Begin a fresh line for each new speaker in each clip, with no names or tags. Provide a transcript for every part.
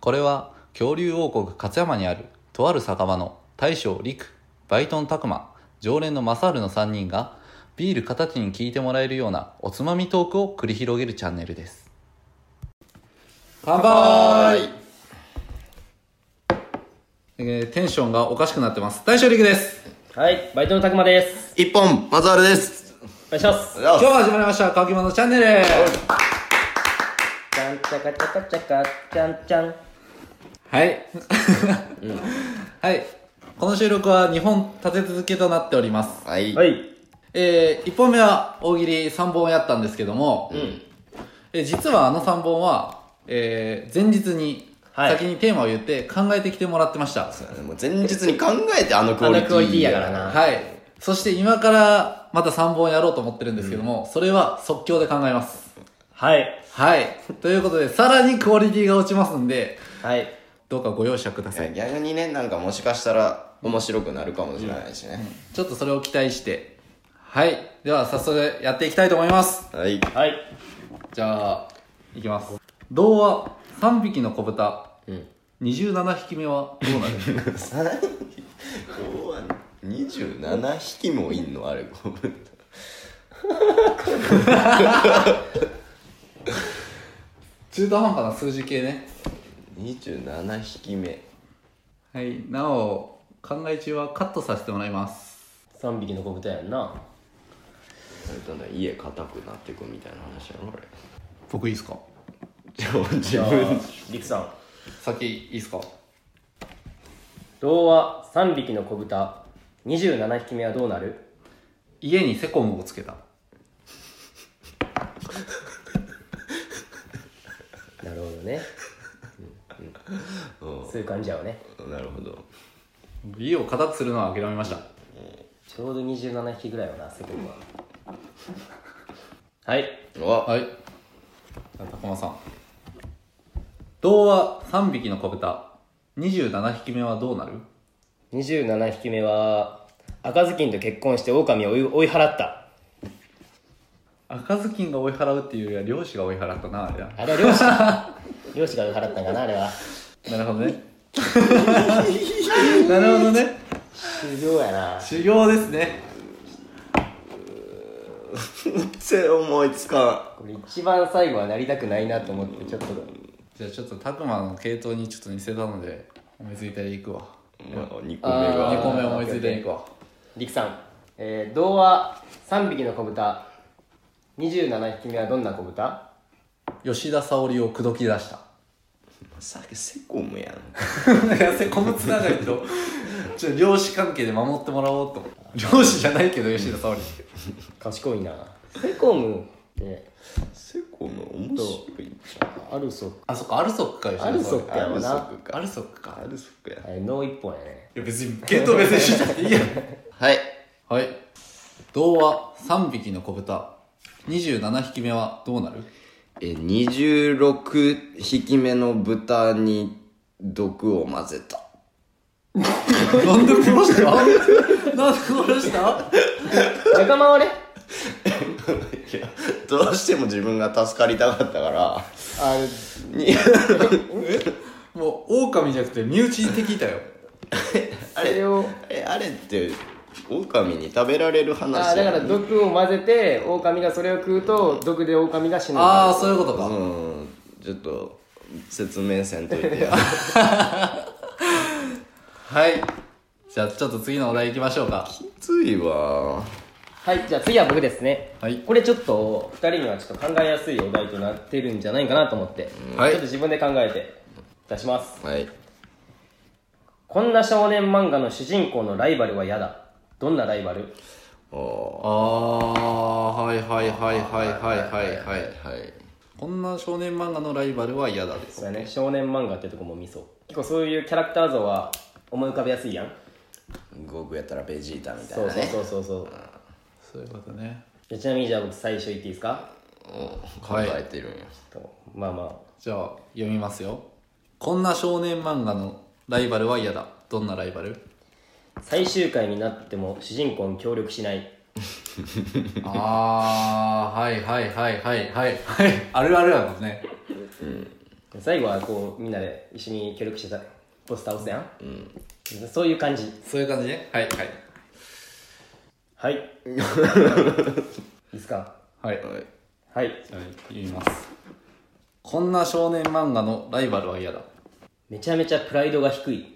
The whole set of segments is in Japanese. これは恐竜王国勝山にあるとある酒場の大将陸バイトン拓磨常連のマサールの3人がビール形に聞いてもらえるようなおつまみトークを繰り広げるチャンネルです乾杯えーテンションがおかしくなってます大将陸です
はい、バイトのたくまです。
一本、松原です。
お願いします。
今
よ
日
し
も始まりました「乾き物チャンネル」
ちゃんちゃかちゃかちゃか、ちゃんちゃん。
はい、 はいこの収録は2本立て続けとなっております
はい。
はい。
え1本目は大喜利3本やったんですけども、えー実はあの3本は、えー前日に
はい
先にテーマを言って考えてきてもらってました、はい、
もう前日に考えてあのク
あ
オリ
の
ティ。
クオリティやから。な。
そして今からまた3本やろうと思ってるんですけども、それは即興で考えます
はい。
はいということでさらにクオリティが落ちますんで
はい。
どうかご容赦ください、
いや逆にね、なんかもしかしたら面白くなるかもしれないしね。
ちょっとそれを期待してはいでは早速やっていきたいと思います
はい。
はい。
じゃあ、いきます。童話、3匹の子豚。
ん
27匹目はどうな る
27匹もいんのあれ、こう
中途半端な数字系ね。
27匹目。
はい、なお、考え中はカットさせてもらいます。
3匹の子豚やんな。
それとね、家硬くなってくみたいな話やろ、これ。
僕いいっすか
じゃあ、自
じゃあ
分。、
りくさん。
先いいっすか
童話3匹の子豚。27匹目はどうなる
家にセコムをつけた。
なるほどね。 うんうんそういう感じやわね。
なるほど。
家を硬くするのは諦めました。
ちょうど27匹ぐらいはな、世間は。はい。
あ、
はい。じゃあ、高間さん。童話、3匹の子豚。27匹目はどうなる
27匹目は、赤ずきんと結婚して狼を追い追い払った。
赤ずきんが追い払うっていうよりは漁師が追い払ったな、あれな。
あれは漁師か 漁師が追い払ったんかな、あれは。
なるほど ね。なるほどね。
修行やな
修行ですね。
全然思いつか
これ一番最後はなりたくないなと思ってちょっと
じゃあちょっとたくまの系統にちょっと似せたので、思いついたら行くわ。
ん。まあ、2個目
あー
2
が。
個目思いついたら行くわ。
りくさん、えー、童話「3匹の子豚」27匹目はどんな子豚
吉田沙保里を口説き出した。
さっきセコムやん。
いや、せこむつながりと、ちょっと漁師関係で守ってもらおうと思って。漁師じゃないけど、吉田沙保里。
賢いなセコムって
セコム面白いんじゃん。
アルソ
あ、そっか、アルソックか、吉田沙保里。
アルソック
アルソック
ア
か
ル。ソックか。
アルソックや。
あれ脳一本や ね
いや、別に、系統別にしなくていいやん。
はい。
はい。童話、3匹の子豚。27匹目はどうなる
え、26匹目の豚に毒を混ぜた。
なんで殺したなんで殺した
仲間割れ
いや、どうしても自分が助かりたかったから。
あ
に
もう、狼じゃなくて、身内的だよ。
あ
れ
れ、
を
えあれって、狼に食べられる話
あーだ
や
か
ん
ら毒を混ぜて狼がそれを食うと毒で狼が死ぬ
ああ、そういうことか。
うん、ちょっと、説明せんといてや。
はい。じゃあ、ちょっと次のお題行きましょうか。
きついわ。
はいじゃあ次は僕ですね
はい。
これちょっと2人にはちょっと考えやすいお題となってるんじゃないかなと思って、
はい
ちょっと自分で考えて出します
はい。
こんな少年漫画の主人公のライバルは嫌だどんなライバル
お
ああ、はいはいはいはいはいはい
ーは
はいい。
はい。
こんな少年漫画のライバルは嫌だです。
そうやね少年漫画ってとこもミソ結構そういうキャラクター像は思い浮かべやすいやん、
ゴーグやったらベジータみたい
そう
な
そう
ね。
そうそうそう
そういうことね。
でちなみにじゃあ僕最初言っていいですか
うん
はい
考えてるんや。
とまあま
じゃあ、読みますよ。こんな少年漫画のライバルは嫌だ。どんなライバル
あ最終回になっても主人公に協力しない
ああ、はいはいはいはいはいはい。あるあるやもんね。
最後はこうみんなで一緒に協力してたボス倒すやん、そういう感じ
そういう感じねはいはい
はいいいですか
はい、
はい
はい
言いますこんな少年漫画のライバルは嫌だ
めちゃめちゃプライドが低い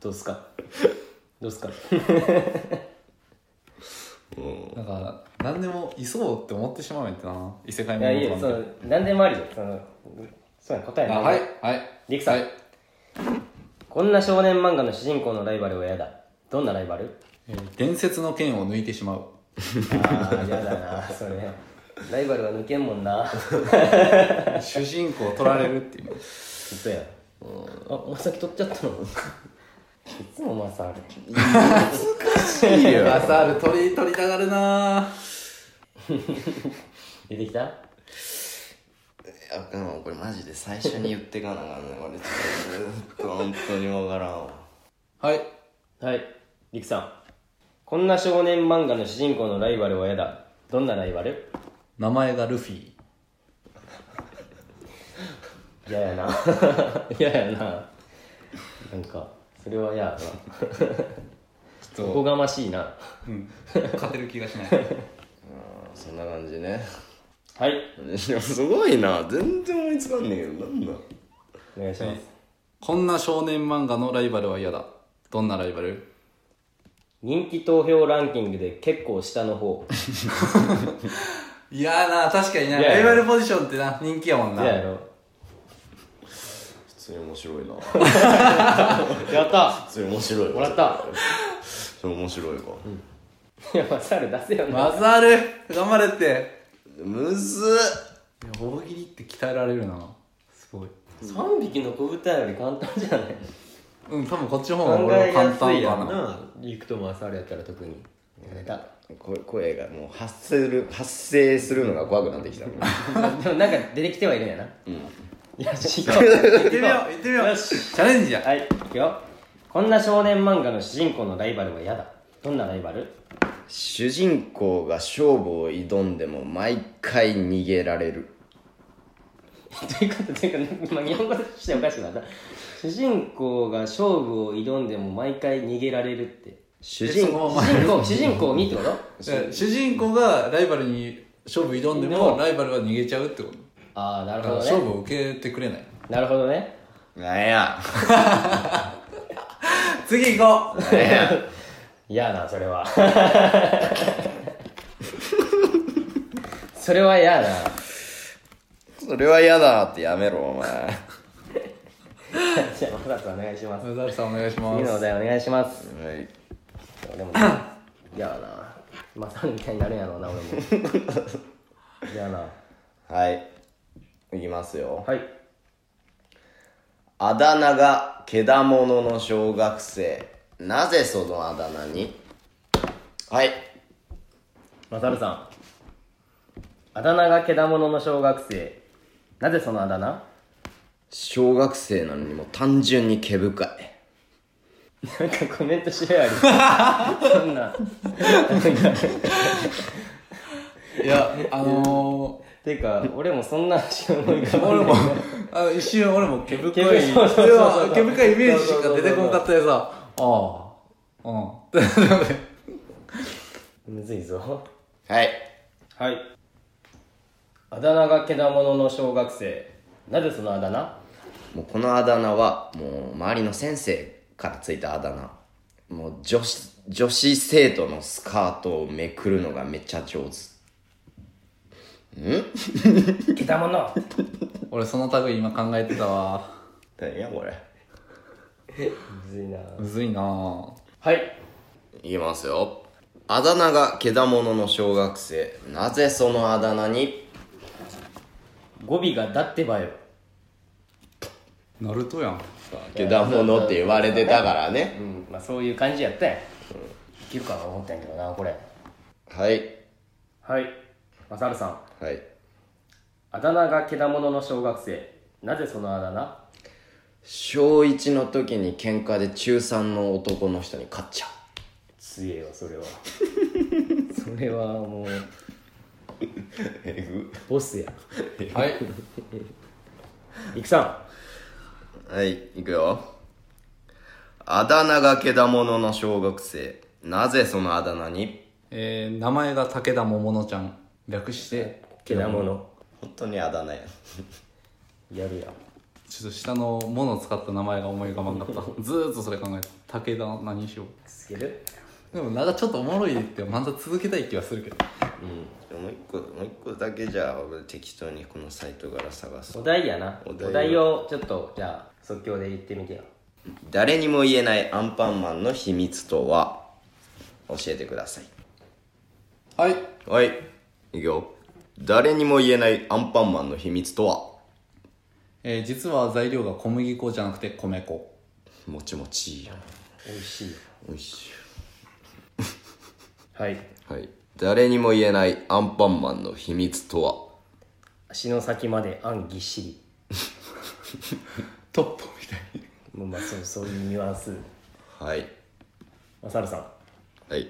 どうっすかどう っすか
なんか何でもいそうって思ってしまうねんってな異世界
い
も
や
の
いやその何でもありよそのそうや答え
あ
ない
はいはい
リクさん
はい
こんな少年漫画の主人公のライバルは嫌だどんなライバル
えー伝説の剣を抜いてしまう
ああ嫌だなそれライバルは抜けんもんな
主人公を取られるっていう
嘘やんあお先取っちゃったのいつもマサある
いいよマサール取り取りたがるな
出てきた
あでもこれマジで最初に言ってかなあかんね俺ちょっとずっと本当に分からんわ
はい
はいりくさんこんな少年漫画の主人公のライバルは嫌だどんなライバル
名前がルフィ
嫌やな 嫌やななんかそれは嫌やな
ち
お
ょ
こ
っ
がましいな
と、うん、勝てる気がしない
そんな感じね
はい
いやすごいな全然思いつかんねえけどなんだ
お願いします、
こんな少年漫画のライバルは嫌だどんなライバル
人気投票ランキングで結構下の方
いやーな確かにない
やい
ライバ
や
ルポジションってな人気やもん
嫌
な
やろ
普通に面白いな
やった
普通に面白い
も
わ
らった
それ面白いか、
いやマサル出せよな
マサール頑張れって
むずっ
いや大喜利って鍛えられるなすごい
3匹の子豚より簡単じゃない
うん多分こっちの方が
考
俺
え
は簡
やす
単
いや
か
ん
な
なリクとマサルやったら特にやれた
声声がもう発生する発生するのが怖くなってきた
でもなんか出てきてはいるんやな。うん。よし、行こ
行ってみ よう行ってみよう
よ
チ
し
ャレンジ
う。
や
はい、行くよ。こんな少年漫画の主人公のライバルは嫌だ。どんなライバル
主人公が勝負を挑んでも毎回逃げられる
ということというか、今日本語としておかしくなった。主人公が勝負を挑んでも毎回逃げられるって。
主
え
人
その
主人公、主人公にってこと
え主人公がライバルに勝負挑んでもライバルは逃げちゃうってこと
ああ、なる
だか
ほ
ら
ど
勝
ね。
負を受けてくれない
なるほどね。
なんや
次行こう
なんや
嫌な、それは。 それは嫌な。
それは嫌だってやめろお前
じゃあ、マサさんお願いします。
マサールさんお願いしま
次のお
す
題お願いします。
はい
でもな嫌だなマサルみたいになるんやろうな俺も嫌だな
はいいきますよ
はい
あだ名がけだものの小学生なぜそのあだ名にはい
マサルさんあだ名がけだものの小学生なぜそのあだ名
小学生なのにもう単純に毛深い
なんかコメントしろやり そんな
はいいやあの
ていうか俺もそんなしか思い浮か
ー、
ば
俺
ない
もあの一瞬俺も毛深い
毛深いそうそうそう
俺は毛深いイメージしか出てこなかったでさああうん
むずいぞ
はい
はいあだ名がけだものの小学生なぜそのあだ名
もうこのあだ名はもう周りの先生からついたあだ名もう女子女子生徒のスカートをめくるのがめっちゃ上手
けだもの
俺その類今考えてたわ
何やこれ
むずいな
むずいなぁ
はい
いきますよあだ名がけだものの小学生なぜそのあだ名に
語尾がだってばよ
ナルトやん
けだものって言われてたからね
うん、まあそういう感じやったやん、いけるかな思ったんやけどなこれ
はい
はいマサルさん
はい
あだ名がけだものの小学生なぜそのあだ名
小1の時に喧嘩で中3の男の人に勝っちゃう
強えわそれはそれはもう
えぐ
ボスや
はい
いくさ
はい、いくよ。あだ名がけだものの小学生。なぜそのあだ名に
えー名前が武田桃乃ちゃん略して
んけだもの
本当にあだ名や。
やるや
ちょっと下の「も」の使った名前が思い浮かばんかった ずーっとそれ考えてた武田何にしよう
つける
でもなんかちょっとおもろいってまた続けたい気はするけど
うん。もう一個、もう一個だけじゃあ、俺適当にこのサイトから探す
お。題やな
お
お
題
題をちょっとじゃあ即興で言ってみてよ
誰にも言えないアンパンマンの秘密とは教えてください。
はい
はい。いくよ。誰にも言えないアンパンマンの秘密とは
えー実は材料が小麦粉じゃなくて米粉
もちもちいいやん。
美味しいよ
おいしい。
はい
はい。誰にも言えないアンパンマンの秘密とは
足の先まであんぎっしり
トップみたいに
もうまあそう そういうニュアンス
はい。
マサルさん
はい。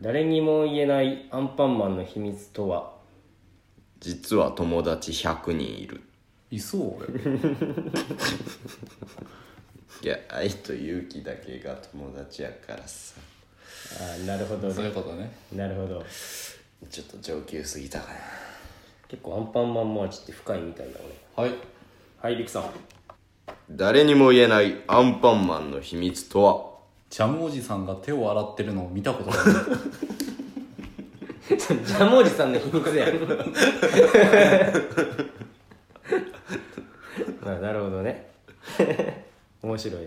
誰にも言えないアンパンマンの秘密とは
実は友達100人いる。
いそう俺
いや、愛と勇気だけが友達やからさ。
あーなるほど
そうい
ね
うことね
なるほど
ちょっと上級すぎたかな。
結構アンパンマンマーチって深いみたいだ俺
はい
はいリクさん
誰にも言えないアンパンマンの秘密とは
ジャムおじさんが手を洗ってるのを見たことがない
ジャムおじさんの秘密や まあなるほどね面白い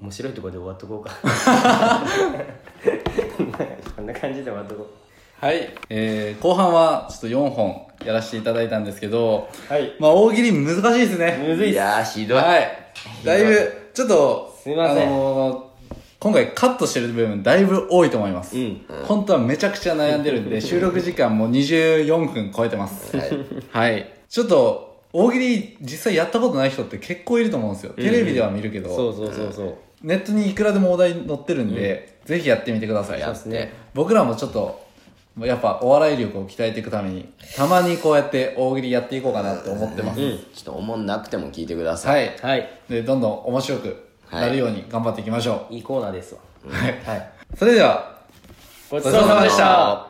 面白いところで終わっ とこうかこんな感じで終わっとこ
はい、えー、後半はちょっと4本やらせていただいたんですけど
うはい
まあ大喜利難しいですね
むずいっす
やー、ひどい。
はい。だいぶ、ちょっと、
すいません
あのー今回カットしてる部分だいぶ多いと思います。
うん
本当はめちゃくちゃ悩んでる んで、収録時間も24分超えてます。はい。ちょっと、大喜利実際やったことない人って結構いると思うんですよ。テレビでは見るけど、
そうそうそうそう
ネットにいくらでもお題載ってるんで、ぜひやってみてください。
そうですね
僕らもちょっと、やっぱお笑い力を鍛えていくために、たまにこうやって大喜利やっていこうかなって思ってます。
ちょっと思んなくても聞いてください。
はい。
はい
でどんどん面白くなるように頑張っていきましょ
いいコーナーですわ
う、はい
はい
それでは
ご
ちそうさまでした